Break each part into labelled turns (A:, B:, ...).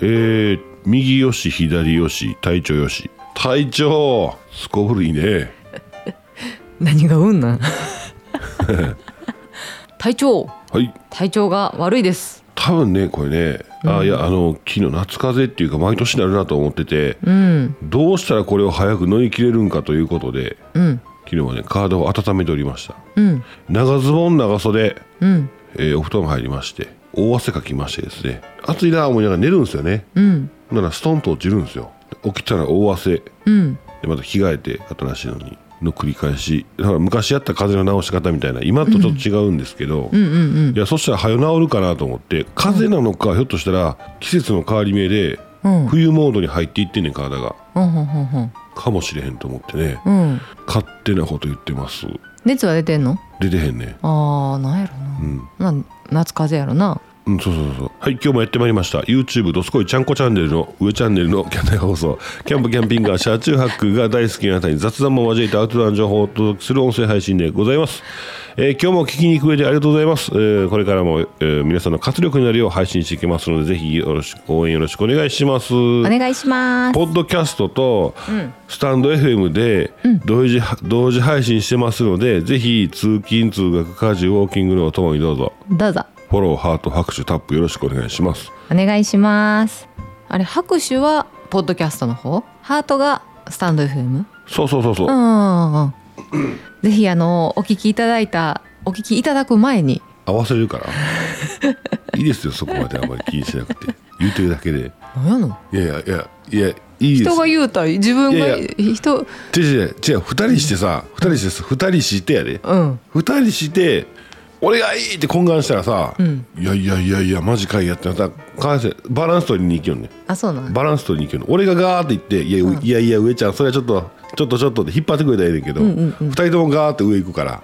A: えー、右よし左よし隊長よし隊長すこぶるいいね
B: 何が運なん 体調
A: はい
B: 体調が悪いです
A: 多分ねこれね、あいやあの昨日夏風邪っていうか毎年なるなと思ってて、
B: うん
A: どうしたらこれを早く乗り切れるんかということで
B: うん
A: 昨日はね体を温めておりました
B: うん
A: 長ズボン長袖、
B: うん
A: えーお布団入りまして大汗かきましてですね暑いなぁ思いながら寝るんですよね、
B: うん
A: ならストンと落ちるんですよ起きたら大汗
B: うん
A: でまた着替えて新しいのにの繰り返しだから昔やった風邪の治し方みたいな今とちょっと違うんですけど、
B: うんうんうん
A: いやそしたら早治るかなと思って風邪なのか、ひょっとしたら季節の変わり目で、
B: うん
A: 冬モードに入っていってんねん体が
B: うんうんうん
A: かもしれへんと思ってね、
B: うんうん
A: 勝手なこと言ってます
B: 熱は出てんの
A: 出てへんね
B: あーなんや
A: うん、
B: ろな、まあ、夏風邪やろな
A: うん、そうそうそうはい今日もやってまいりました YouTube どすこいちゃんこチャンネルの上チャンネルのキャンナイ放送キャンプキャンピングカー車中泊が大好きなあなたに雑談も交えたアウトドアの情報をお届けする音声配信でございます、えー今日も聞きに行く上でありがとうございます、えーこれからも、えー皆さんの活力になるよう配信していきますのでぜひよろしく応援よろしくお願いします
B: お願いします
A: ポッドキャストとスタンド FM で同時,、同時配信してますのでぜひ通勤通学家事ウォーキングのおともにどうぞ
B: どうぞ
A: フォローハート拍手タップよろしくお願いします
B: お願いしますあれ拍手はポッドキャストの方ハートがスタンド FM
A: そうそうそうそう、
B: うんぜひあのお聞きいただいたお聞きいただく前に
A: 合わせるから いいですよそこまであんまり気にしなくて言うてるだけで
B: 何やの
A: いやいやいやいやいいです
B: 人が
A: よ
B: 言うたり自分が
A: いやい
B: 人
A: 違う違う違う二人してさ二人してさ二人してやで
B: うん
A: 二人して俺がいいって懇願したらさ、
B: ん
A: いやいやいやいやマジかいやってなったら返せバランス取りに行きよんね
B: あそうなん
A: バランス取りに行くの俺がガーって言って「いや,、いやいや上ちゃんそれはちょっとちょっとちょっと」で引っ張ってくれたらええねんけど、二2人ともガーって上行くから、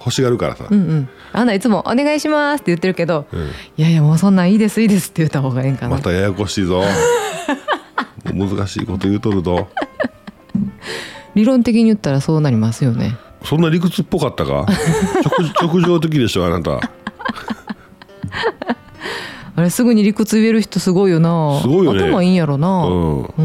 A: 欲しがるからさ、
B: うんうんあんないつも「お願いします」って言ってるけど「いやいやもうそんなんいいですいいです」って言った方がええんかな、
A: またややこし いぞもう難しいこと言うとるぞ
B: 理論的に言ったらそうなりますよね
A: そんな理屈っぽかった か直直情的でしょあなた
B: あれすぐに理屈言える人すごいよな
A: すごいよね
B: 頭いいんやろ
A: う
B: なんう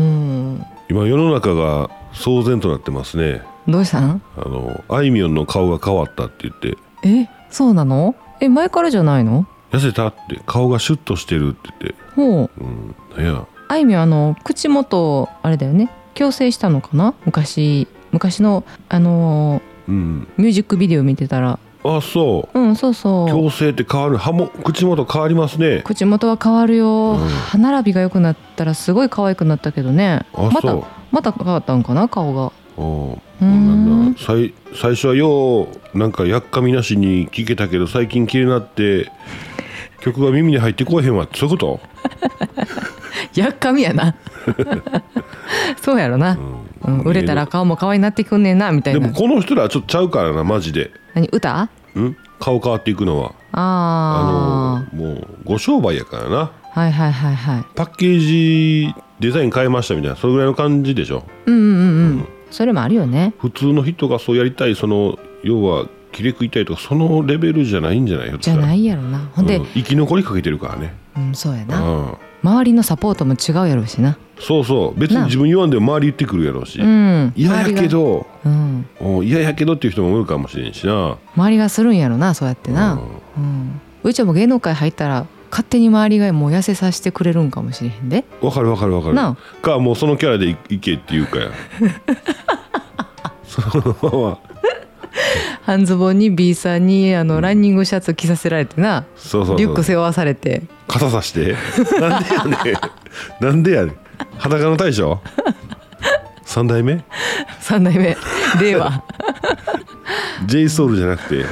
B: ん
A: 今世の中が騒然となってますね
B: どうしたん
A: あのあいみょんの顔が変わったって言って
B: えそうなのえ前からじゃないの
A: 「痩せた?」って顔がシュッとしてるって言って
B: ほう
A: うんなんや
B: あいみょんあの口元をあれだよね矯正したのかな昔昔のあの
A: うん
B: ーミュージックビデオ見てたら
A: あそう
B: うんそうそ
A: 矯
B: う
A: 正って変わる歯も口元変わりますね
B: 口元は変わるよ、
A: うん
B: 歯並びが良くなったらすごい可愛くなったけどね
A: あ
B: また
A: そう
B: また変わったんかな顔が
A: あ
B: うーん
A: あ最最初はようなんかやっかみなしに聞けたけど最近気になって曲が耳に入ってこえへんわそういうこ
B: やっかみ やなそうやろな
A: と、、
B: うん売れたら顔も可愛いなってくんねんなみた
A: で
B: いな
A: もこの人らはちょっとちゃうからなマジで
B: 何歌あ
A: ん顔変わっていくのは
B: あ
A: あのもうご商売やからな
B: ーはいはいはいはい
A: パッケージデザイン変えましたみたいなそれぐらいの感じでしょ
B: うんうんうん、うん、それもあるよね
A: 普通の人がそうやりたいその要は切れ食いたいとかそのレベルじゃないんじゃないよ
B: じゃないいやろなほんで、
A: うん生き残りかけてるからね
B: うん、そうやな
A: うん
B: 周りのサポートも違うやろうしな
A: そうそう別に
B: なあ
A: 自分言わんでも周り言ってくるやろうし
B: うん
A: 嫌、やけど
B: 周りがうん
A: うん嫌やけどっていう人もおるかもしれんしな
B: 周りがするんやろなそうやってな
A: うん
B: うん、うちはもう芸能界入ったら勝手に周りがもう痩せさせてくれるんかもしれへんで
A: わかるわかるわかる
B: な
A: かもうそのキャラでいいけっていうか やそのまま
B: 半ズボンに B さんにあのランニングシャツ着させられてな
A: そうそう
B: リ
A: そ
B: ュック
A: う
B: 背負わされて
A: 傘さしてなんでやねんなんでやねん裸の大将三代目
B: 3代 目令和
A: j ソウルじゃなくて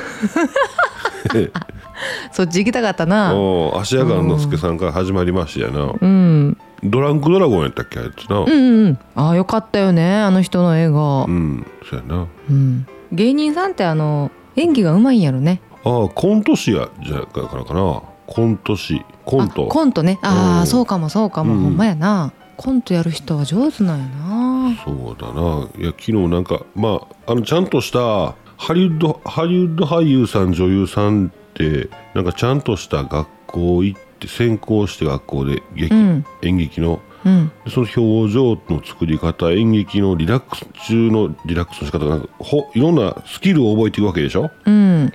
B: そっち行きたかったな
A: おう芦屋雁之助さんから始まりましたやな、
B: うん
A: ドランクドラゴンやったっけあいつな
B: うんうんああよかったよねあの人の映画
A: う、んそうやな
B: うん、芸人さんってあの演技がうまいんやろね
A: ああコント師やじゃからかなコント師コント
B: あコントねあ
A: う
B: あ
A: ん
B: そうかもそうかも、
A: うん
B: ほんまやなコントやる人は上手なんやな
A: そうだないや昨日なんかまああのちゃんとしたハリウッドハリウッド俳優さん女優さんってなんかちゃんとした学校行っって専攻して学校で劇、
B: うん
A: 演劇の
B: うん
A: でその表情の作り方演劇のリラックス中のリラックスの仕方がなんかほいろんなスキルを覚えていくわけでしょ
B: うん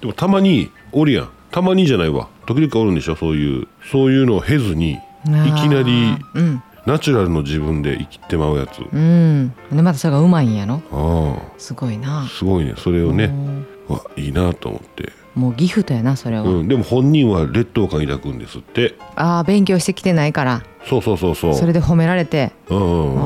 A: でもたまにおるやんたまにじゃないわ時々おるんでしょそういうそういうのを経ずにいきなり
B: あーうん
A: ナチュラルの自分で生きてまうやつ
B: うんでまたそれがうまいんやろ
A: あ
B: すごい
A: あ
B: な
A: すごいねそれをね
B: うん
A: うわいいなと思って、
B: もうギフトやなそれは、
A: うん、でも本人は劣等感抱くんですって
B: ああ勉強してきてないから
A: そうそうそうそう
B: それで褒められて
A: うんうんうん、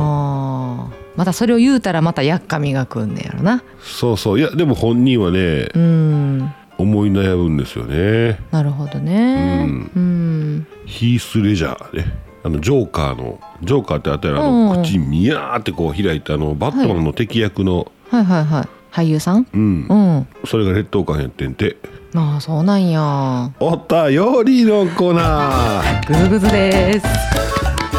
B: あーまたそれを言うたらまたやっかみがくんねやろな
A: そうそういやでも本人はね
B: うん
A: 思い悩むんですよね
B: なるほどねうん
A: ヒース・レジャーねあのジョーカーのジョーカーってあったらあ
B: うんう
A: の
B: ん
A: 口ミヤーってこう開いたあのバットマンの敵役の、
B: はいはいはい俳優さん
A: うん
B: うん
A: それが劣等感やってんて
B: ああそうなんや
A: おたよりのコーナー
B: グズグズです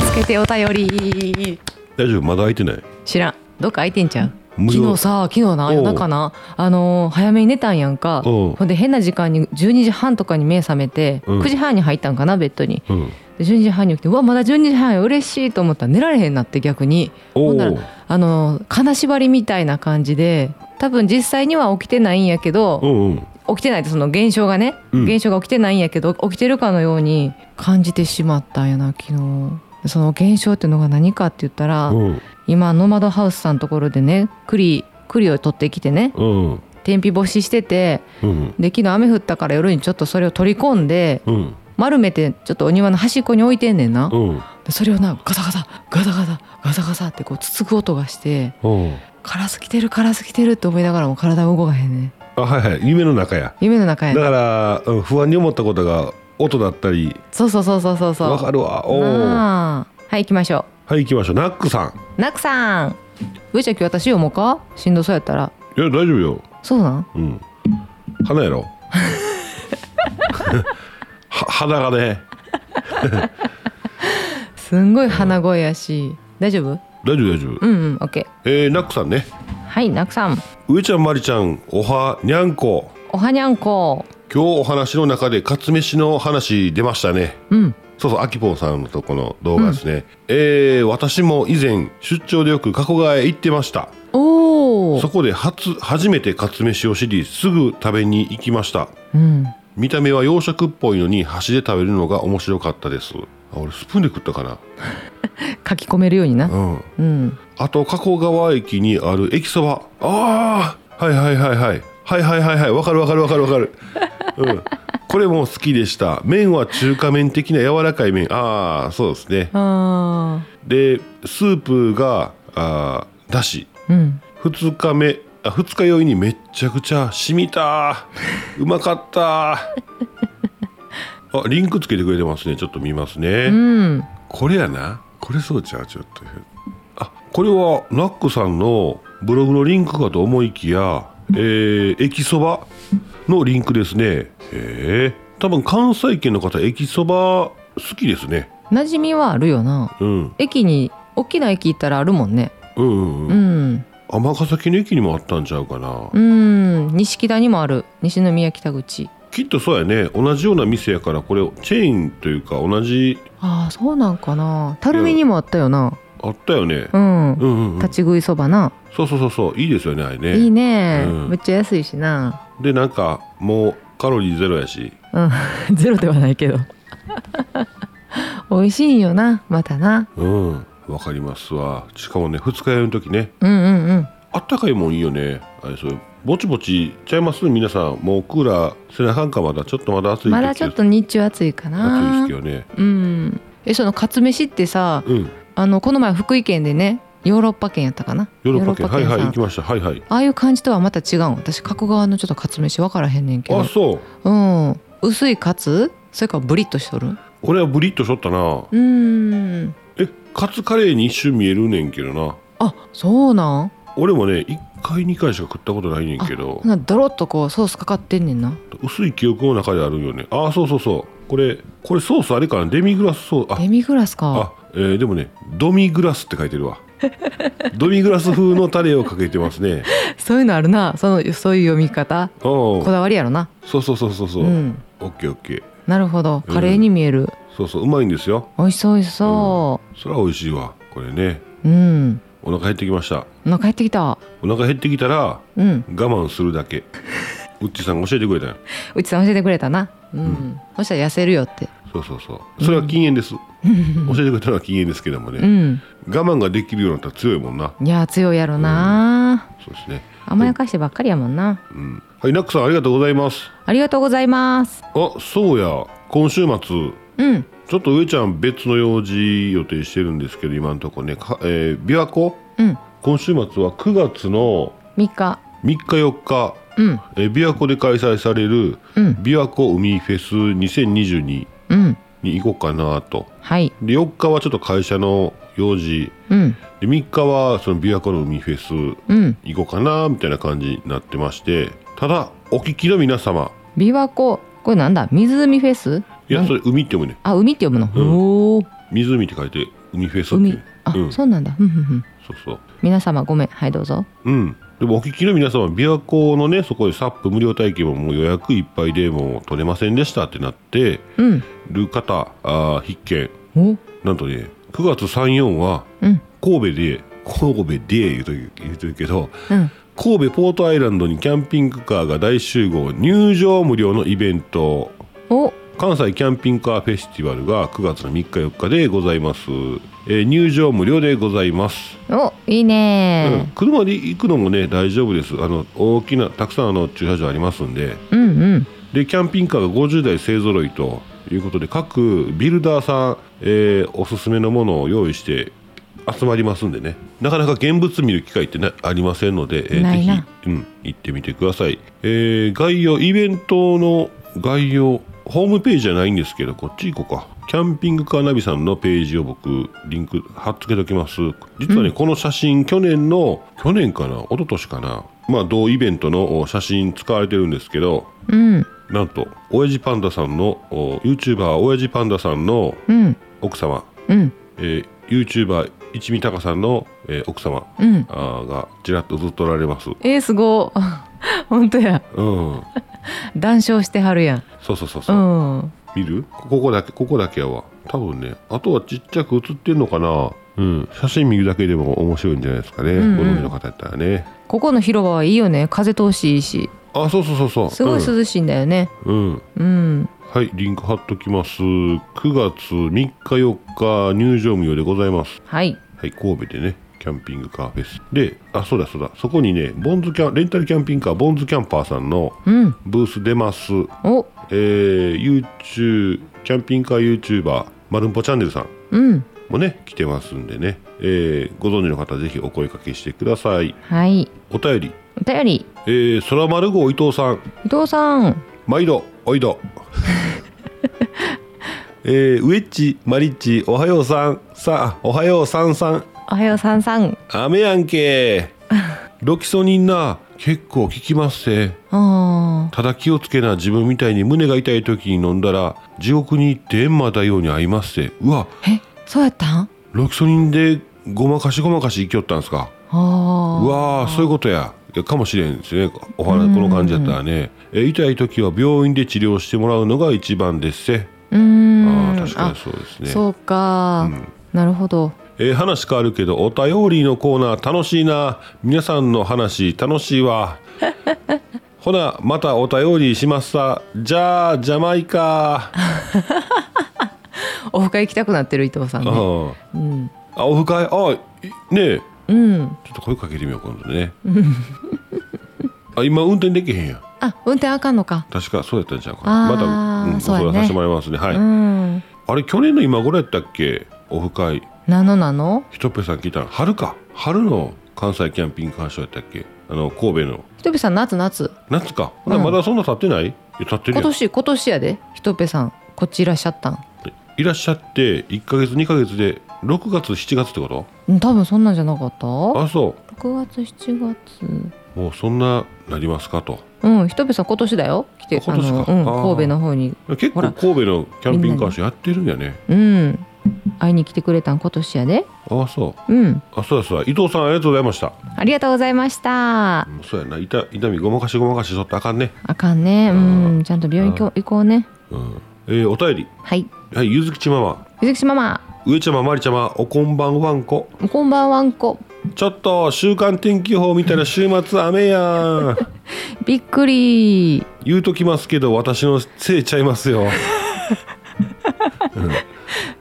B: 助けてお便り
A: 大丈夫まだ開いてない
B: 知らんどっか空いてんちゃう
A: 無
B: 昨
A: 料
B: 日さ昨日な
A: おう
B: 夜中なあのー早めに寝たんやんか
A: おう
B: ほんで変な時間に12時半とかに目覚めて、
A: うん
B: 9時半に入ったんかなベッドに
A: うん
B: で12時半に起きてうわまだ12時半や嬉しいと思ったら寝られへんなって逆に
A: お
B: ほ
A: お
B: んならあのー金縛りみたいな感じで多分実際には起きてないんやけど、
A: うんうん
B: 起きてないってその現象がね、
A: うん
B: 現象が起きてないんやけど起きてるかのように感じてしまったんやな昨日その現象っていうのが何かって言ったら、
A: うん
B: 今ノマドハウスさんのところでね栗栗を取ってきてね
A: うん
B: 天日干ししてて
A: うん
B: で昨日雨降ったから夜にちょっとそれを取り込んで
A: うん
B: 丸めてちょっとお庭の端っこに置いてんねんな、
A: うん
B: でそれをなガサガサガサガサガサガサってこうつつく音がして
A: うん
B: カラス来てるカラス来てるって思いながらも体が動かへんね
A: あはいはい夢の中や
B: 夢の中や
A: だ
B: ね
A: から、うん、不安に思ったことが音だったり
B: そうそうそうそうそうそう
A: わかるわおおは
B: なあはい行きましょ
A: い行きましょうナックさん
B: うナクさん上ちゃん今日私読もうかしんどそうやったら
A: いや大丈夫よ
B: そうなん
A: うん花やろは鼻がね
B: すんごい鼻声やし大丈夫
A: 大丈夫大丈夫
B: うんうんオッケ
A: えー、ナックさんね
B: ーはいナクさん
A: 上ちゃんまりちゃんおはにゃんこ
B: おはにゃんこ
A: 今日お話の中でカツ飯の話出ましたね
B: うん
A: そうそうあきぽんさんのとこの動画ですね、えー私も以前出張でよく加古川へ行ってました
B: お
A: そ
B: お
A: こで初初めてカツ飯を知りすぐ食べに行きました
B: うん
A: 見た目は洋食っぽいのに箸で食べるのが面白かったですあ俺スプーンで食ったかな
B: 書き込めるようにな
A: うん
B: うん
A: あと加古川駅にある駅そばああはいはいはいはいはいはいはいはいわかるわかるわかるわか る、うん、これも好きでした麺は中華麺的な柔らかい麺ああそうですね
B: あ
A: でスープがあーだし
B: ーうん
A: 2日目あ2日酔いにめっちゃくちゃ染みたうまか ったあリンクつけてくれてますねちょっと見ますね、
B: うん
A: これやなこれそうちゃうちょっとあこれはナックさんのブログのリンクかと思いきやえー、駅そばのリンクですねへえ多分関西圏の方駅そば好きですね
B: 馴染みはあるよな
A: うん
B: 駅に大きな駅行ったらあるもんね
A: うんうんう
B: うんん
A: 尼崎の駅にもあったんちゃうかな、
B: うん錦田にもある西宮北口
A: きっとそうやね同じような店やからこれチェーンというか同じ
B: ああそうなんかな垂水にもあったよな
A: あったよね、う
B: うん
A: ん、うんうん
B: 立ち食いそばな、
A: そうそうそうそういいですよねあれね
B: いいね、
A: うん
B: めっちゃ安いしな
A: でなんかもうカロリーゼロやし
B: うん ゼロではないけど美味しいんよなまたな
A: うんわかりますわしかもね二日酔いの時ね
B: うんうんうん
A: あったかいもんいいよねあれそれぼちぼちちゃいます皆さんもうクーラー背中んかまだちょっとまだ暑い時
B: まだちょっと日中暑いか
A: 暑い
B: な
A: ですけどね
B: うんえそのカツ飯ってさ
A: うん
B: あのこの前福井県でねヨーロッパ圏やったかな
A: ヨーロッパ圏はい
B: ヨーロ
A: はい
B: ッさん
A: 行きましたはいはい
B: ああいう感じとはまた違うん私加古川のちょっとカツ飯分からへんねんけど
A: あそう
B: うん薄いカツそれからブリッとしとる
A: 俺はブリッとしょったな
B: うん
A: えカツカレーに一瞬見えるねんけどな
B: あそうなん
A: 俺もね1回2回しか食ったことないねんけど
B: なんかドロッとこうソースかかってんねんな
A: 薄い記憶の中であるよねああそうそうそうこれこれソースあれかなデミグラスソースあ
B: デミグラスか
A: あ、えーでもねドミグラスって書いて るわドミグラス風のタレをかけてます ね
B: そういうのあるなそのそういう読み方
A: お
B: こだわりやろな
A: そうそうそうそうそう、
B: うん
A: オッケーオッケー
B: なるほどカレーに見える、
A: そうそううまいんですよ
B: 美味しそう美味しそ
A: それは美味しいわこれね
B: ううん、
A: お腹減ってきました
B: お腹減ってきた
A: お腹減ってきたら
B: うん
A: 我慢するだ けうっちさんが教えてくれたよ
B: うちさん教えてくれたなうん、そしたら痩せるよって
A: そうそうそうそれは禁煙です、教えてくれたのは禁煙ですけどもね、
B: うん
A: 我慢ができるようになったら強いもんない
B: や強いやろな、
A: そうですね
B: 甘やかしてばっかりやもんな
A: うんはいナックさんありがとうございます
B: ありがとうございます
A: あそうや今週末
B: うん
A: ちょっと上ちゃん別の用事予定してるんですけど今のとこねか、えー、琵琶湖
B: うん
A: 今週末は9月の
B: 3日
A: 3日4日、
B: うん
A: えー、琵琶湖で開催される
B: うん
A: 琵琶湖海フェス2022
B: うん
A: に行こうかなと
B: はい
A: で4日はちょっと会社の用事
B: うん
A: で3日はその琵琶湖の海フェス
B: うん
A: 行こうかなみたいな感じになってましてただお聞きの皆様
B: 琵琶湖これなんだ湖フェス
A: いや
B: なん
A: それ海って読むね
B: あ海って読むの、
A: うん
B: おお
A: 湖って書いて海フェスってい
B: 海
A: う
B: あ、
A: うん、そ
B: そうなんだうんうんうん
A: うそう
B: 皆様ごめんはいどうぞ
A: うんでもお聞きの皆様琵琶湖のねそこでサップ無料体験ももう予約いっぱいでもう取れませんでしたってなって
B: うん
A: る方あー必見
B: お
A: なんとね9月34は
B: うん
A: 神戸で神戸で言うと言うとるけど
B: うん
A: 神戸ポートアイランドにキャンピングカーが大集合入場無料のイベント
B: お
A: 関西キャンピングカーフェスティバルが9月の3日4日でございます、えー入場無料でございます、
B: おいい
A: うん
B: ね、
A: 車で行くのもね大丈夫ですあの大きなたくさんあの駐車場ありますんで
B: うん、うん
A: でキャンピングカーが50台勢ぞろいということで各ビルダーさん、えーおすすめのものを用意して集まりますんでねなかなか現物見る機会ってなありませんので、えー
B: ないな
A: ぜひ、うん、行ってみてください、えー概要イベントの概要ホームページじゃないんですけどこっち行こうかキャンピングカーナビさんのページを僕リンク貼っつけときます実はね、この写真去年の去年かな一昨年かなまあ同イベントのお写真使われてるんですけど
B: うん
A: なんと親父パンダさんのお YouTuber 親父パンダさんの
B: うん
A: 奥様、
B: うん
A: えー、YouTuber 一味高さんの、えー奥様
B: うん
A: あーがちらっとずっとおられます
B: えー、すごい 本当や
A: うん
B: 談笑してはるやん
A: そうそうそう
B: う
A: そう、
B: ん
A: 見るここだけここだけやわ多分ねあとはちっちゃく写ってんのかなうん写真見るだけでも面白いんじゃないですかね、
B: うんうん
A: ご存知の方やったらね
B: ここの広場はいいよね風通しいいし
A: あそうそうそうそう
B: すごい涼しいんだよね
A: うん、うん
B: うん、
A: はいリンク貼っときます9月3日4日入場無料でございます
B: はい
A: はい、神戸でね、キャンピングカーフェス。で、あ、そうだそうだ、そこにね、ボンズキャン、レンタルキャンピングカー、ボンズキャンパーさんの
B: うん
A: ブース出ます。
B: お
A: えー、YouTube、キャンピングカー YouTuber、まるんぽチャンネルさん
B: うん
A: もね、来てますんでね、えー、ご存知の方、ぜひお声かけしてください。
B: はい
A: お便り、
B: お便り
A: えー、空丸号伊藤さん、
B: 伊藤さん
A: 毎度、おいど。 えー、ウエッチ、マリッチ、おはようさん、さあ、おはようさんさん。
B: おはようさんさん
A: 雨やんけロキソニンな結構効きますせ
B: あ
A: ただ気をつけな自分みたいに胸が痛い時に飲んだら地獄に行って閻魔大王に会いますせうわ
B: ーえそうやったん
A: ロキソニンでごまかしごまかし生きよったんですか
B: あー
A: うわーそういうことやいやかもしれんですねお話この感じだったらねえ痛い時は病院で治療してもらうのが一番ですせ
B: うーん
A: あー確かにそうです
B: あ
A: ね
B: そうか、なるほど
A: えー話変わるけどお便りのコーナー楽しいな皆さんの話楽しいわ ほなまたお便りしますさじゃあジャマイカ、
B: オフ会行きたくなってる伊藤さん
A: う
B: ね
A: ん、
B: うん
A: あオフ会あいねえ
B: うん
A: ちょっと声かけてみよう今度 ねあ今運転できへんやん
B: あ運転あかんのか
A: 確かそうやったんちゃうか
B: あ
A: なま
B: ー
A: た、うん、
B: そうやね
A: ご相談させてもらいますねはい、
B: うん
A: あれ去年の今頃やったっけオフ会
B: なのなの
A: ひとっぺさん聞いたの春か春の関西キャンピングカーショーやったっけあの神戸の
B: ひとぺさん夏夏
A: 夏か、ほな
B: うん
A: まだそんな経ってないいや経ってる
B: 今
A: やん
B: 年今年やでひとぺさんこっちいらっしゃったん
A: いらっしゃって1か月2か月で6月7月ってこと
B: うん多分そんなんじゃなかった
A: あそ
B: 6月7月
A: うもうそんななりますかと
B: うんひとぺさん今年だよ来て
A: あ今年か
B: あの、うん、
A: あー
B: 神戸の方に
A: 結
B: ほ
A: 構
B: ら
A: 神戸のキャンピングカーショーやってるんやね
B: うん会いに来てくれたん今年やで
A: あそう
B: うん
A: あそうだそうだ伊藤さんありがとうございました、
B: ありがとうございました
A: うんそうやな痛痛みごまかしごまかしとったらあかんね
B: あかんねうんちゃんと病院行こう行こうね
A: うんえーお便
B: はい
A: り、はい、ゆずきちママ
B: ゆずきちママ
A: 上ちゃままりちゃまおこんばんわんこ
B: こんばんはんこ
A: ちょっと週間天気予報見たら週末雨やん
B: びっくり
A: 言うときますけど私のせいちゃいますよ、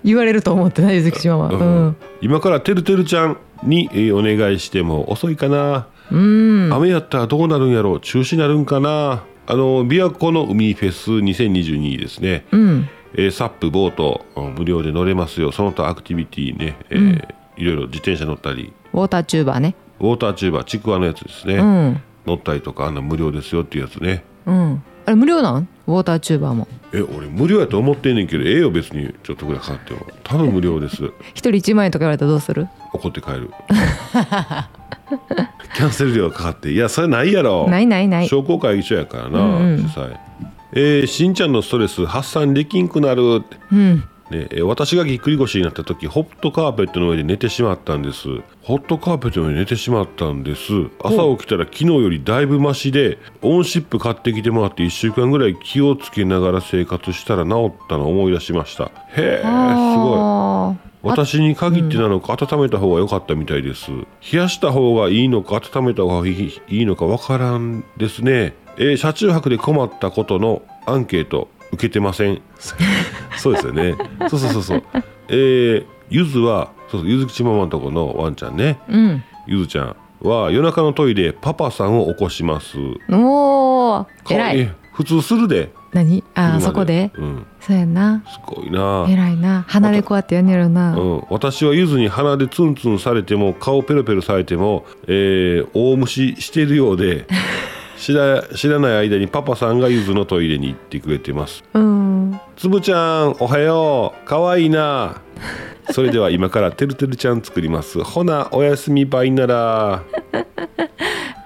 B: 言われると思ってないゆずきちママうん
A: 今からてるてるちゃんに、えーお願いしても遅いかな、雨やったらどうなるんやろう中止になるんかなあの琵琶湖の海フェス2022ですね、
B: うん
A: えーサップボートうん無料で乗れますよその他アクティビティね、えーいろいろ自転車乗ったり
B: ウォーターチューバーね
A: ウォーターチューバーちくわのやつですね、
B: うん
A: 乗ったりとかあんな無料ですよっていうやつね
B: うんあれ無料なんウォーターチューバーも
A: え俺無料やと思ってんねんけどええよ別にちょっとぐらいかかっても多分無料です
B: 一人一万円とか言われたらどうする
A: 怒って帰る キャンセル料がかかっていやそれないやろ
B: ないないない
A: 商工会議所やからな、
B: うんうん
A: 主催えーしんちゃんのストレス発散できんくなる、
B: うん
A: ねえー私がぎっくり腰になった時ホットカーペットの上で寝てしまったんですホットカーペットの上で寝てしまったんです朝起きたら昨日よりだいぶマシでオンシップ買ってきてもらって1週間ぐらい気をつけながら生活したら治ったのを思い出しましたへえすごい
B: あーあ
A: 私に限ってなのか温めた方が良かったみたいです、冷やした方がいいのか温めた方がいいいいのかわからんですねえー車中泊で困ったことのアンケート受けてませ んそうですよねそうそうそうそうえーゆずはそうそうゆずきちママのとこのワンちゃんね
B: うん
A: ゆずちゃんは夜中のトイレパパさんを起こします
B: おお
A: かわ
B: 偉
A: い
B: い
A: い普通するで
B: 何あ
A: 車
B: ーそこで
A: うん
B: そうやな
A: すごいな
B: 偉いな離れこうやってやんねやろな
A: うん、私はゆずに鼻でツンツンされても顔ペロペロされても、えー大虫してるよう で知ら知らない間にパパさんがゆずのトイレに行ってくれてます
B: うん
A: つぶちゃんおはようかわいいなそれでは今からてるてるちゃん作りますほなおやすみバイならあ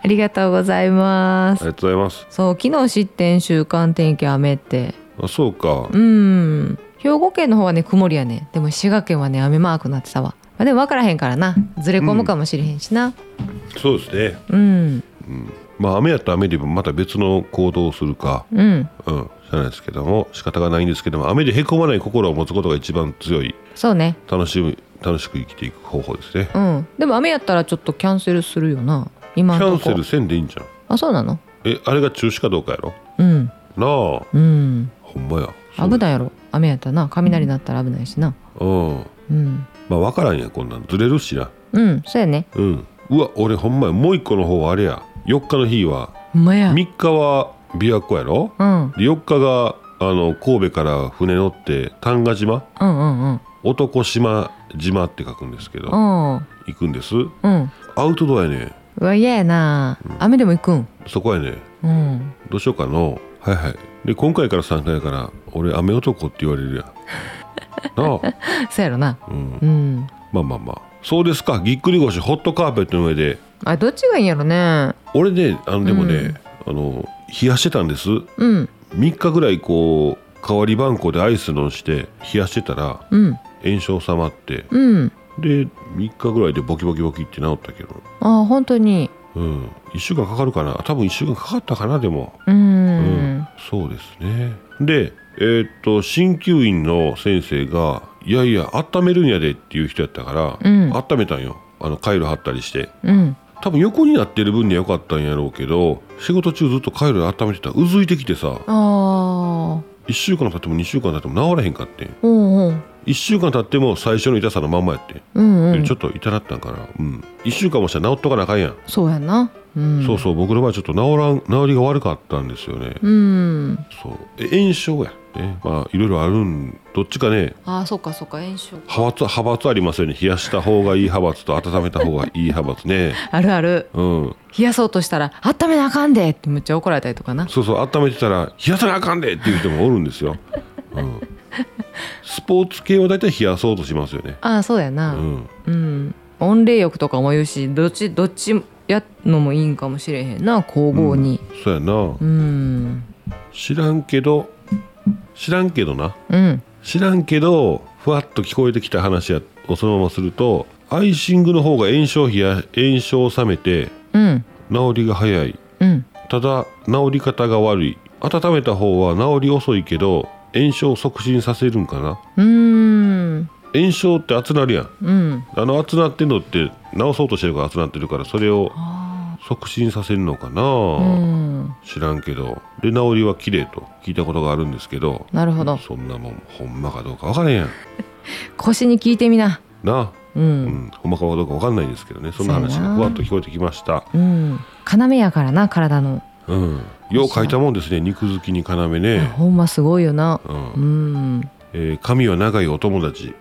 B: ありがとうございま
A: り
B: す
A: がとうございます
B: そう昨日知ってん週間天気雨って
A: あそうか
B: うん兵庫県の方はね曇りやねでも滋賀県はね雨マークになってたわまあでも分からへんからなずれ込むかもしれへんしな
A: そうですね
B: うん
A: まあ雨やったら雨でもまた別の行動をするか
B: うん
A: うんじゃないですけども仕方がないんですけども雨でへこまない心を持つことが一番強い
B: そうね
A: 楽しむ楽しく生きていく方法ですね
B: うんでも雨やったらちょっとキャンセルするよな
A: キ
B: 今
A: ャ
B: の
A: ン
B: とこ
A: セルせんでいいんじゃん
B: あそうなの
A: えあれが中止かどうかやろ
B: うん
A: なあ
B: うん
A: ほんまや
B: 危ないやろ雨やったらな雷なったら危ないしな
A: うん
B: うん
A: まあ分からんやこんなんずれるしな
B: うんそうやね
A: うんうわ俺ほんまやもう一個の方はあれや4日の日は
B: ほんまや
A: 3日は琵琶湖やろ
B: うん
A: で4日があの神戸から船乗って丹賀島
B: うんうんうん
A: 男島島って書くんですけど
B: うん
A: 行くんです
B: うん
A: アウトドアやね
B: うわ嫌やな雨でも行くん
A: そこやね
B: うん
A: どうしようかのはいはいで今回から3回やから俺雨男って言われるやん な
B: そうやろな
A: あ、うん、
B: うん
A: まあまあまあそうですかぎっくり腰ホットカーペットの上で
B: あどっちがいいんやろね
A: 俺ねあのでもね、あの冷やしてたんです
B: うん
A: 3日ぐらいこう代わりばんこでアイス飲んして冷やしてたら
B: うん
A: 炎症収まって
B: うん
A: で3日ぐらいでボキボキボキって治ったけど
B: あ本当に
A: うん1週間かかるかな多分1週間かかったかなでも
B: う
A: うんそうですねでえーっと鍼灸院の先生がいやいや温めるんやでっていう人やったから、
B: うん
A: 温めたんよあの回路貼ったりして
B: うん
A: 多分横になってる分には良かったんやろうけど仕事中ずっと回路で温めてたらうずいてきてさ
B: あ
A: 1週間経っても2週間経っても治らへんかってん
B: ーうんうん
A: 1週間経っても最初の痛さのまんまやってん、
B: うんうん
A: ちょっと痛なったんかなうん1週間もしたら治っとかなあかんやん、
B: そうやなうん
A: そうそう僕の場合ちょっと治らん治りが悪かったんですよね
B: うん
A: そうえ炎症やねまあいろいろあるんどっちかね
B: あーそっかそっか炎症
A: 派閥派閥ありますよね冷やした方がいい派閥と温めた方がいい派閥ね
B: あるある
A: うん
B: 冷やそうとしたら「温めなあかんで!」ってむっちゃ怒られたりとかな
A: そうそう温めてたら冷やさなあかんでっていう人もおるんですよ、うん、スポーツ系は大体冷やそうとしますよね
B: あーそうや
A: う
B: なんうん温冷浴とかも言うしどっちどっちやのもいいんかもしれへんな交互に
A: そうやな
B: うん
A: 知らんけど知らんけどな
B: うん
A: 知らんけどふわっと聞こえてきた話やをそのままするとアイシングの方が炎症冷や炎症を冷めて
B: うん
A: 治りが早い
B: うん
A: ただ治り方が悪い温めた方は治り遅いけど炎症を促進させるんかな
B: うーん
A: 炎症って熱なるやん
B: うん
A: あの熱なってんのって治そうとしてるから熱なってるからそれを
B: あ
A: 促進させるのかな、
B: ーうん
A: 知らんけどで治りは綺麗と聞いたことがあるんですけど
B: なるほど
A: そんなもんほんまかどうか分からへんやん
B: 腰に聞いてみな
A: な
B: う
A: あ、うんん、ほんまかどうか分かんないですけどねそんな話
B: そうや
A: が
B: な
A: ふわっと聞こえてきました
B: うん要やからな体の
A: うんよう書いたもんですね肉好きに要ね、
B: ほんますごいよな
A: う
B: うんんうん
A: えー髪は長いお友達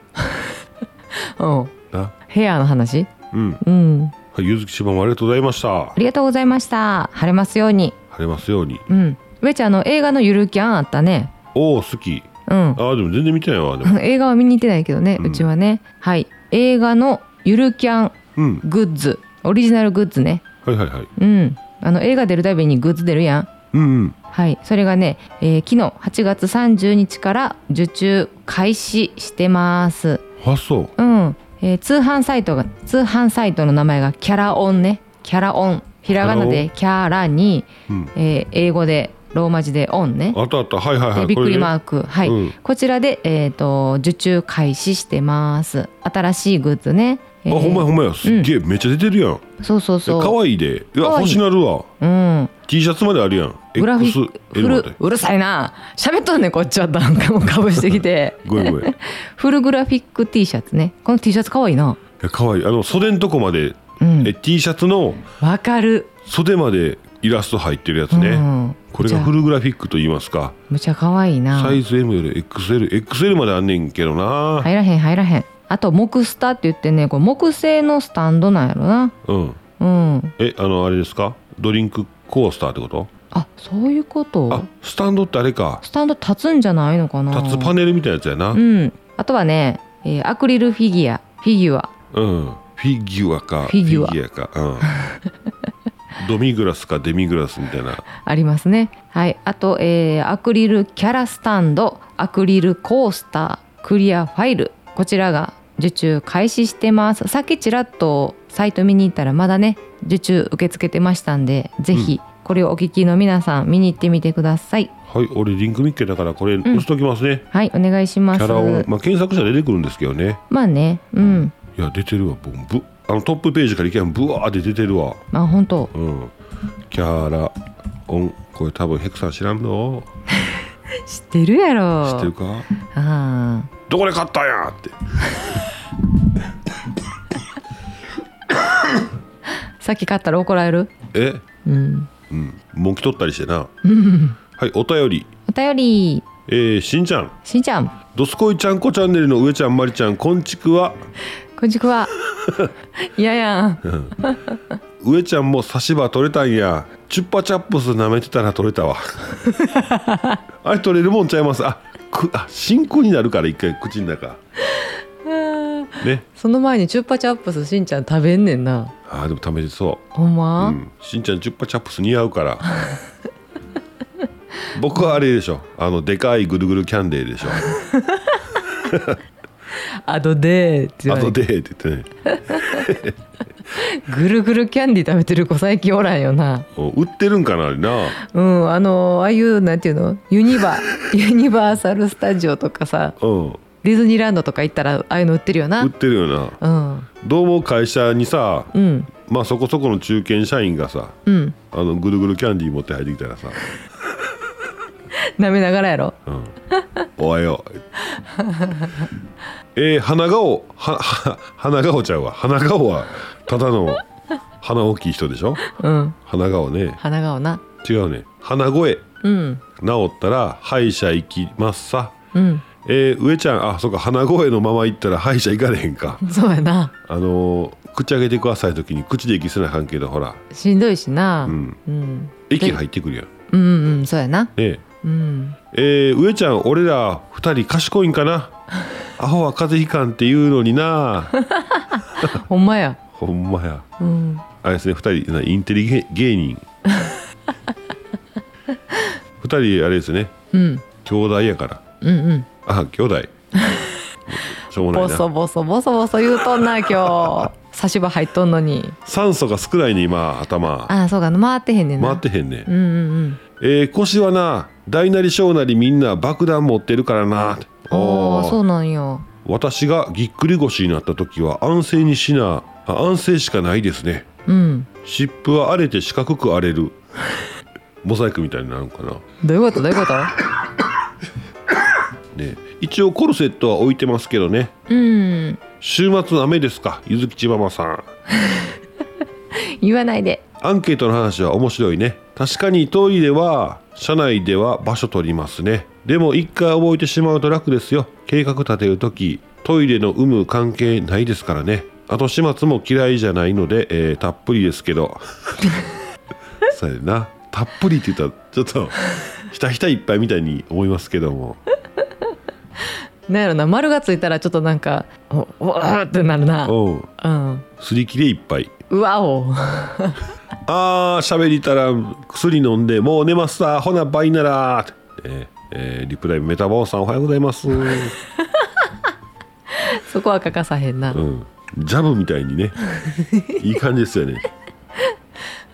A: な
B: ヘアの話
A: うんは
B: うん
A: いゆずきしばもありがとうございました
B: ありがとうございました晴れますように
A: 晴れますように
B: うん上ちゃんあの映画のゆるキャンあったね
A: おお好き
B: うん
A: あーでも全然見てないわでも
B: 映画は見に行ってないけどね、
A: う
B: うんちはねはい映画のゆるキャン
A: うん
B: グッズオリジナルグッズね
A: はいはいはい
B: うんあの映画出るたびにグッズ出るやん
A: うんうん
B: はいそれがね、えー昨日8月30日から受注開始してます
A: あそう
B: うん、えー通販サイトが通販サイトの名前がキャラオンねキャラオンひらがなでキャラに、
A: うん
B: えー英語でローマ字でオンね
A: あったあったはいはいは
B: で
A: い
B: びっくり
A: ー
B: マーク、はい、
A: うん
B: こちらで、えー、と受注開始してます新しいグッズね、えー
A: あほんまやほんまやすっげえめっちゃ出てるやん
B: そうそうそ
A: か
B: う
A: わいいでいや
B: かわいい
A: 欲しなるわ
B: うん、
A: T シャツまであるやん
B: グラフィッ
A: XL
B: クフル
A: まで
B: うるさいな喋っとんねんこっちはなんかもうかぶして きて
A: ごめんご めんい
B: フルグラフィック T シャツねこの T シャツかわいいな
A: やかわいいあの袖んとこまで
B: うん
A: え T シャツの
B: わかる、
A: 袖までイラスト入ってるやつ
B: う
A: ね
B: ん、
A: これがフ
B: むち
A: ルグラフィックと言いますか
B: ゃむちゃかわいいな
A: サイズ M より XLXL まであんねんけどな
B: 入らへん入らへんあと木スタって言ってねこれ木製のスタンドなんやろな
A: うん
B: うん
A: えあのあれですかドリンクコースターってこと
B: あそういうこと
A: あスタンドってあれか
B: スタンド立つんじゃないのかな
A: 立つパネルみたいなやつやな
B: うんあとはね、えーアクリルフィギュアフィギュア
A: うんフィギュアか
B: フィギュア
A: かうん ドミグラスかデミグラスみたいな
B: ありますねはいあと、えーアクリルキャラスタンドアクリルコースタークリアファイルこちらが受注開始してますさっきちらっとサイト見に行ったらまだね受注受け付けてましたんでぜひこれをお聞きの皆さん見に行ってみてください、
A: はい俺リンク見っけだからこれ押しときますね、
B: はい、お願いします。
A: キャラを、まあ、検索したら出てくるんですけどね
B: まあね、うん、
A: いや出てるわ僕ぶあのトップページからいけばブワーって出てるわ
B: まあ本当、
A: うんキャラオンこれ多分ヘクさん知らんの
B: 知ってるやろ。
A: 知ってるか
B: あ
A: どこで買ったんやって
B: あ、さっき買ったら怒られる。
A: え
B: うん、
A: うんもき取ったりしてなはいお便り
B: お便り、
A: えー、しんちゃん
B: しんちゃん、
A: 「どすこいちゃんこチャンネル」の上ちゃんまりちゃんこんちくわ
B: こんにち は。いややん、
A: 上ちゃんも差し歯取れたんやチュッパチャップス舐めてたら取れたわあれ取れるもんちゃいますあくあ真空になるから一回口の中ね
B: その前にチュッパチャップスしんちゃん食べんねんな。
A: あーでも食べてそ
B: ほん
A: う、う
B: ま、
A: ん、しんちゃんチュッパチャップス似合うから僕はあれでしょあのでかいぐるぐるキャンデーでしょ
B: あとで、って言
A: あ
B: われ
A: と
B: て
A: でって言ってね
B: ぐるぐるキャンディー食べてる子最近おらんよな。
A: お売ってるんかなあれな
B: うん、あのああいうなんていうの、ユニ バ、ユニバーサルスタジオとかさ、
A: うん売
B: ディズニーランドとか行ったらああいうの売ってるよな。
A: ってるよな
B: うん、
A: どうも会社にさ
B: うん、
A: まあそこそこの中堅社員がさ
B: うん。
A: あのぐるぐるキャンディー持って入ってきたらさ
B: 舐めながらやろ
A: うん、おはよう。えー、花顔はは花顔ちゃうわ花顔はただの鼻大きい人でしょ
B: うん
A: 花顔ね
B: 鼻顔な
A: 違うね鼻声
B: うん
A: 治ったら歯医者行きますさ
B: うん
A: えー、上ちゃんあそうか鼻声のまま行ったら歯医者行かれへんか
B: そうやな
A: あのー口開けてください時に口で息せなあかんけどほら
B: しんどいしな
A: うん
B: うん
A: 息入ってくるやんね
B: うんうんそうやな
A: え
B: うん
A: えー、上ちゃん俺ら二人賢いんかな アホは風邪ひかんって言うのにな
B: ほんまや
A: ほんまや
B: うん
A: あれですね二人なインテリゲ芸人 二人あれですね
B: うん
A: 兄弟やから
B: うんうん
A: あ兄弟 しょうも
B: ボ
A: ない
B: ソ
A: な
B: ボソボソボソ言うとんな今 日差し歯入っとんのに
A: 酸素が少ないね今頭
B: ああそうか回ってへんねんな
A: 回ってへんね、
B: うんうん
A: えー腰はな大なり小なりみんな爆弾持ってるからなって
B: ああそうなんや
A: 私がぎっくり腰になった時は安静にしなあ安静しかないですね
B: うん
A: 湿布は荒れて四角く荒れる モザイクみたいになるのかな
B: どういうことどういうこと
A: ね一応コルセットは置いてますけどね
B: うん
A: 週末雨ですかゆずきちママさん
B: 言わないで
A: アンケートの話は面白いね確かにトイレは車内では場所取りますねでも一回覚えてしまうと楽ですよ計画立てるときトイレの有無関係ないですからね後始末も嫌いじゃないので、えーたっぷりですけど そうやなたっぷりって言ったらちょっとひたひたいっぱいみたいに思いますけども
B: なんやろな丸がついたらちょっとなんかおおわーってなるな
A: うん
B: うん
A: すり切れいっぱいう
B: わお
A: あー喋りたら薬飲んでもう寝ましたほなバイならって、えーえーリプライブメタボーンさんおはようござい ます、う
B: そこは欠かさへんな、
A: ん、ジャブみたいにねいい感じですよね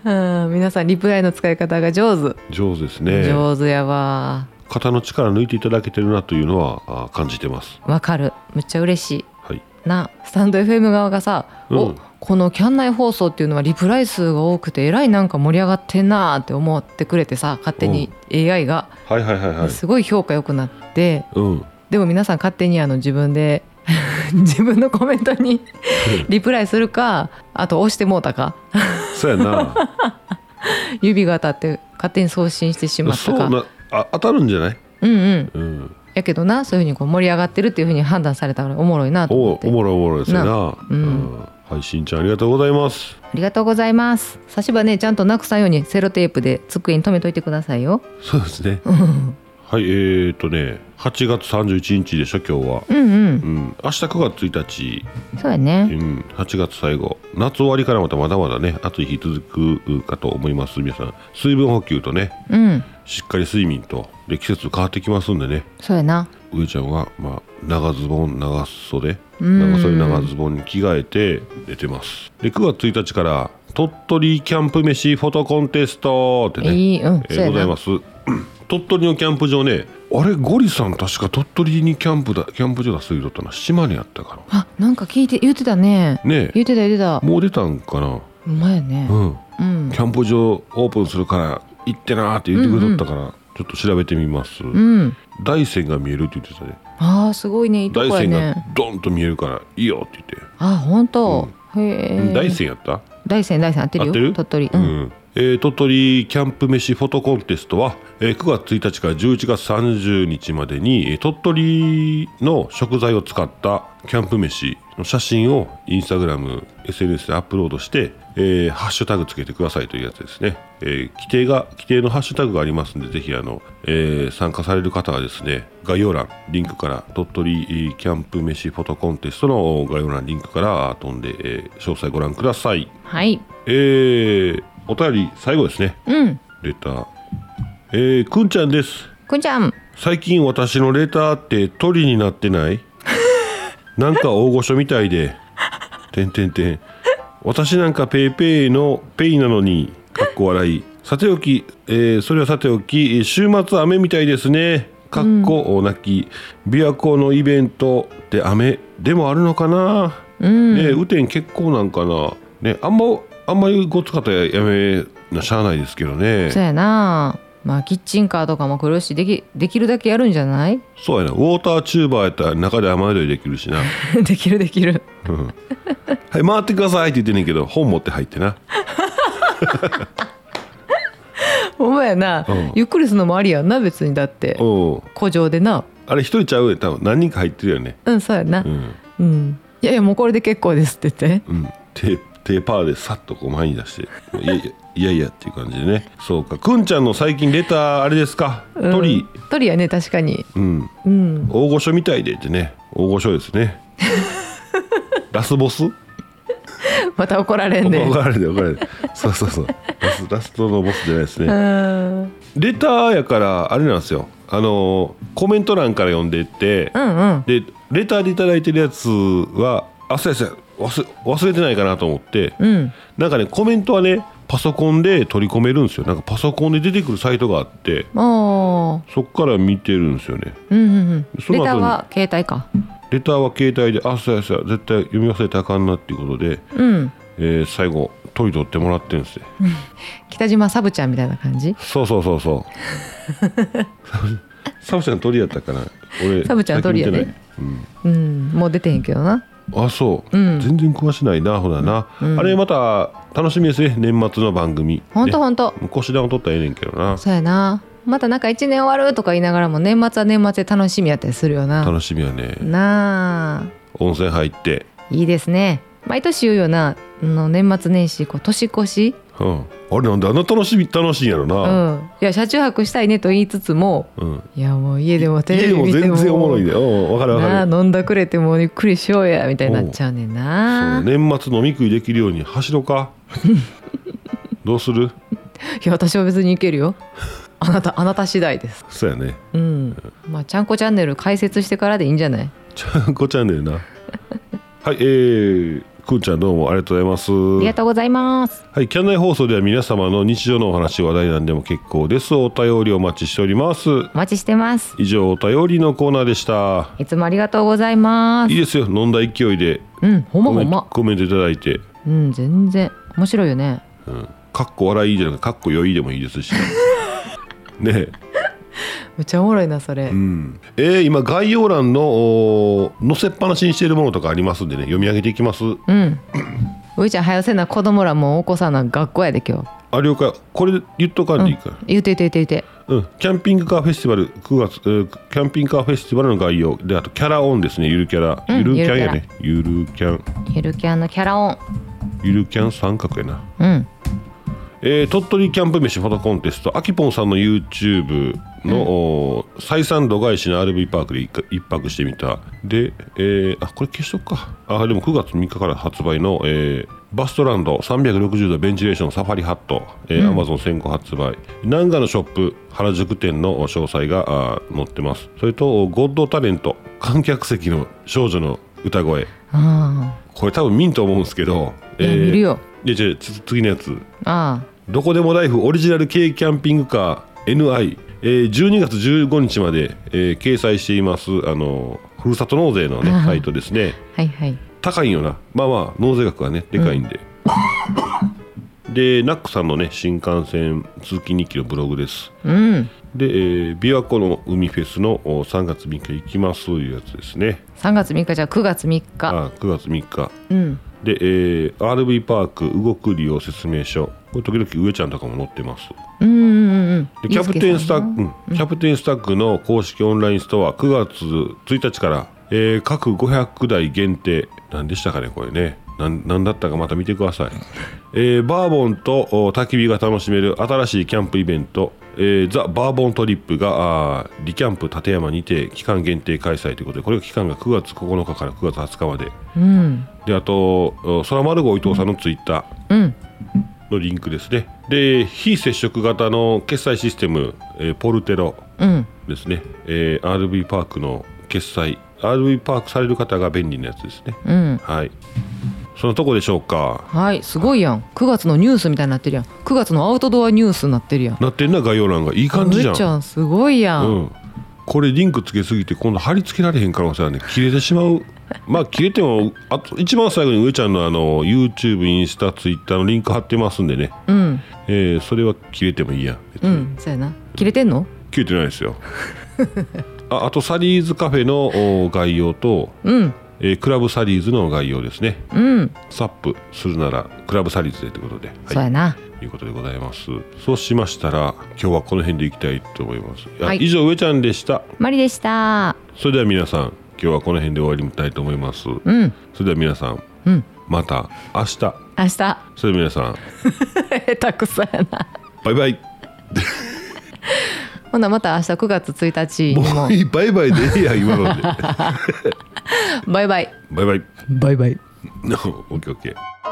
B: うん、皆さんリプライの使い方が上手、
A: 上手ですね
B: 上手やわ
A: 肩の力抜いていただけてるなというのはあー感じてます
B: わかるめっちゃ嬉し
A: はい
B: いなスタンド FM 側がさ、
A: うん
B: おこのキャン内放送っていうのはリプライ数が多くてえらいなんか盛り上がってんなーって思ってくれてさ勝手に AI が
A: はいはいはいはい
B: すごい評価良くなって、
A: うん
B: でも皆さん勝手にあの自分で 自分のコメントにリプライするかあと押してもうたか
A: そうやな
B: 指が当たって勝手に送信してしまった
A: そう
B: か
A: なあ当たるんじゃない、
B: うんうん
A: うん、
B: やけどなそういうふうにこう盛り上がってるっていうふうに判断されたからおもろいなと
A: お
B: 思っ
A: お
B: て
A: もろいおもろいですねな、
B: うん
A: はいしんちゃんありがとうございます
B: ありがとうございます差し歯ねちゃんとなくさんようにセロテープで机に留めといてくださいよ
A: そうです ね
B: うん
A: はいえー、とね8月31日でしょ今日は
B: うんうん
A: うん、明日9月1日、
B: そうや
A: う
B: ね
A: ん、8月最後夏終わりからまたまだまだね暑い日続くかと思います皆さん水分補給とね
B: うん
A: しっかり睡眠とで季節変わってきますんでね
B: そうやな
A: 上ちゃんは、まあ、長ズボン長袖
B: うん
A: 長袖長ズボンに着替えて寝てますで9月1日から鳥取キャンプ飯フォトコンテストってね
B: いいうん
A: え
B: そう
A: ー
B: や
A: ござい
B: な
A: ます 鳥取のキャンプ場ねあれゴリさん確か鳥取にキャンプだキャンプ場だそういうとったな島にあったから
B: あなんか聞いて言ってたね
A: ねえ
B: 言ってた言ってた
A: もう出たんかな、
B: うまいよね
A: うん、
B: うん
A: キャンプ場オープンするから行ってなーって言ってくれとったから、ちょっと調べてみます、
B: うん
A: 大山が見えるって言ってたね
B: あーすごいねいいと
A: 大
B: こや
A: 山が
B: ね
A: ドンと見えるからいいよって
B: あ本当、へ
A: 言って、
B: え
A: 大山やった
B: 大山大山合ってる
A: 合
B: よ
A: ってる
B: 鳥取
A: う、
B: うんん、
A: えー鳥取キャンプ飯フォトコンテストは、えー9月1日から11月30日までに、えー鳥取の食材を使ったキャンプ飯の写真をインスタグラム SNS でアップロードして、えーハッシュタグつけてくださいというやつですね、えー規定が規定のハッシュタグがありますんでぜひあの、えー参加される方はですね概要欄リンクから鳥取えーキャンプ飯フォトコンテストの概要欄リンクから飛んで、えー詳細ご覧ください
B: はい
A: えー、お便り最後ですね
B: うん
A: レターえー、くんちゃんです
B: くんちゃん
A: 最近私のレターって鳥になって ないなんか大御所みたいでてんてんてん私なんかペイペイのペイなのにかっこ笑いさておき、えーそれはさておきえー週末雨みたいですねかっこなき琵琶湖のイベントで雨でもあるのかな
B: うん
A: ね、雨天結構なんかな、ね、あんまあんまりごつかったらやめなしゃあないですけどね
B: そうやなまあキッチンカーとかも来るしできできるだけやるんじゃない
A: そうやなウォーターチューバーやったら中で雨宿りできるしな「
B: できるできる
A: うんはい回ってください」って言ってんねんけど本持って入ってな
B: ほんまやな、
A: うん
B: ゆっくりするのもありやんな別にだって
A: おう
B: 古城でな
A: あれ一人ちゃうよ多分何人か入ってるよね
B: うんそうやな
A: うん
B: うん、いやいやもうこれで結構ですって言って
A: うん手手パーでさっとこう前に出して「いやいやいやいや」っていう感じでねそうかくんちゃんの最近レターあれですか
B: うん
A: 鳥
B: 鳥やね確かに
A: うん
B: うん
A: 大御所みたいでってね大御所ですねラスボス
B: また怒られんで、
A: 怒られて怒られてそうそうそうラスラストのボスじゃないです
B: う
A: ね
B: んうん
A: レターやからあれなんですよあのーコメント欄から読んでって
B: うん
A: でレターでいただいてるやつはあそうやそうや忘れ忘れてないかなと思って
B: うん
A: なんかねコメントはねパソコンで取り込めるんですよなんかパソコンで出てくるサイトがあって
B: あ
A: そこから見てるんですよね
B: うんうんうん
A: その後に
B: レターは携帯か
A: レターは携帯であそうやそうや絶対読み忘れたらあかんなっていうことで、
B: うん
A: えー最後取り取ってもらってるんですよ
B: 北島サブちゃんみたいな感じ
A: そうそうそう そうサブちゃん鳥やったかな俺
B: サブちゃん鳥やで
A: 最近見てないうん
B: うんもう出てへんけどな
A: あそう、
B: うん
A: 全然詳しないなほらな、あれまた楽しみですね年末の番組
B: ほんと
A: ね
B: ほんと
A: 腰段を取ったらええねんけどな
B: そうやなまたなんか1年終わるとか言いながらも年末は年末で楽しみやったりするよな
A: 楽しみやね
B: なあ
A: 温泉入って、
B: いいですね毎年言うようなあの年末年始こう年越し
A: うん、あれなんであんな楽しみ楽しいんやろ
B: う
A: な、
B: んいや車中泊したいねと言いつつも
A: うん
B: いやもう家でもテ
A: 家
B: レ
A: で
B: ビ
A: も
B: 見て
A: 全
B: も
A: 然おもろいでうんわかるわ
B: な
A: か
B: あ
A: る
B: 飲んだくれてもうゆっくりしようやみたいになっちゃうねん
A: そう
B: な、
A: 年末飲み食いできるように走ろうかどうする
B: いや私は別にいけるよあなたあなた次第です
A: そうやね
B: うんまあちゃんこチャンネル解説してからでいいんじゃないあ
A: ちゃんこチャンネルなはいえー、くんちゃんどうもありがとうございます
B: りがとうございます
A: はい、キャンナイ放送では皆様の日常のお話話題なんでも結構ですお便りお待ちしております
B: お待ちしてます
A: 以上お便りのコーナーでした
B: いつもありがとうございま
A: い
B: す
A: いですよ飲んだ勢いで
B: うんほんま
A: コ
B: ほ
A: メ
B: んま
A: コメントいただいて
B: うん全然面白いよね
A: かっこ笑いじゃなくてかっこよいでもいいですし ね
B: めっちゃおもろいなそれ、
A: え、うんえー今概要欄のおー載せっぱなしにしているものとかありますんでね読み上げていきます
B: うん。ういちゃん早せな子供らもお子さんな学校やで今日。
A: あ了解これ言っとかんでいいから、
B: 言うて言うて言うて
A: うん、キャンピングカーフェスティバル9月、えーキャンピングカーフェスティバルの概要であとキャラオンですねゆるキャラ、
B: うん
A: ゆるキャンやねゆるキャン
B: 言うて。ゆるキャンのキャラオン。
A: ゆるキャン三角やな、
B: うん。
A: えー鳥取キャンプ飯フォトコンテストあきぽんさんの YouTube の、おー採算度外視の RV パークで一回一泊してみたで、えーあこれ消しとくかあでも9月3日から発売の、えーバストランド360度ベンチレーションサファリハット、えー Amazon 先行発売南賀のショップ原宿店の詳細があー載ってますそれとゴッドタレント観客席の少女の歌声
B: あ
A: これ多分見んと思うんですけど、
B: いや見るよ
A: でじゃ次のやつ
B: あ。あ
A: どこでもライフオリジナル軽キャンピングカー NI、えー12月15日まで、えー掲載していますあのふるさと納税の、ね、
B: ああ
A: サイトですね
B: あ。はいはい。
A: 高いんよなまあまあ納税額はねでかいんで、でナックさんのね新幹線通勤日記のブログです
B: うん。
A: で、えー琵琶湖の海フェスのお3月3日行きますというやつですね
B: 3月3日じゃあ9月3日。
A: あ9月3日
B: うん。
A: で、えー RV パーク動く利用説明書これ時々上ちゃんとかも載ってます
B: うんうんうんう
A: で
B: ん。
A: キャプテンスタッ
B: ク
A: ク、うんキャプテンスタックの公式オンラインストア9月1日から、えー各500台限定何でしたかねこれねなん何だったかまた見てください、 えーバーボンとお焚き火が楽しめる新しいキャンプイベント、えーザ・バーボントリップがあーリキャンプ立山にて期間限定開催ということでこれが期間が9月9日から9月20日まで
B: うん。
A: であとお空丸号伊藤さんのツイッター、
B: うん。
A: のリンクですね。で、非接触型の決済システム、えーポルテロ
B: うん。
A: ですね、えー RV パークの決済、RV パークされる方が便利なやつですね。
B: うん。
A: はい。そのとこでしょうか。
B: はいすごいやん9月のニュースみたいになってるやん9月のアウトドアニュースになってるやん
A: なってんな、概要欄が。いい感じじゃ
B: 上ち
A: ん。
B: ゃんすごいやん、
A: うん。これリンクつけすぎて今度貼り付けられへん可能性はね切れてしまうまあ切れてもあと一番最後に上ちゃんのあの YouTube インスタ Twitter のリンク貼ってますんでね、
B: うん
A: えーそれは切れてもいいやん別
B: う
A: に
B: んそうやな切れてんの
A: 聞いてないですよ ああとサリーズカフェのお概要と、
B: うん
A: えークラブサリーズの概要ですね
B: うん、
A: サップするならクラブサリーズでということで、
B: そう
A: は
B: やな
A: いうことでございますそうしましたら今日はこの辺でいきたいと思います、あ
B: はい
A: 以上上ちゃんでした
B: マリでした
A: それでは皆さん今日はこの辺で終わりたいと思います、
B: うん
A: それでは皆さん
B: うん
A: また明日
B: 明日
A: それでは皆さん
B: 下手くそやな
A: バイバイ
B: ほなまた明日9月1日に
A: も
B: も
A: ういいバイバイでいいや今ので
B: バイバイ
A: バイバイ
B: バイバイ
A: オッケーオッケー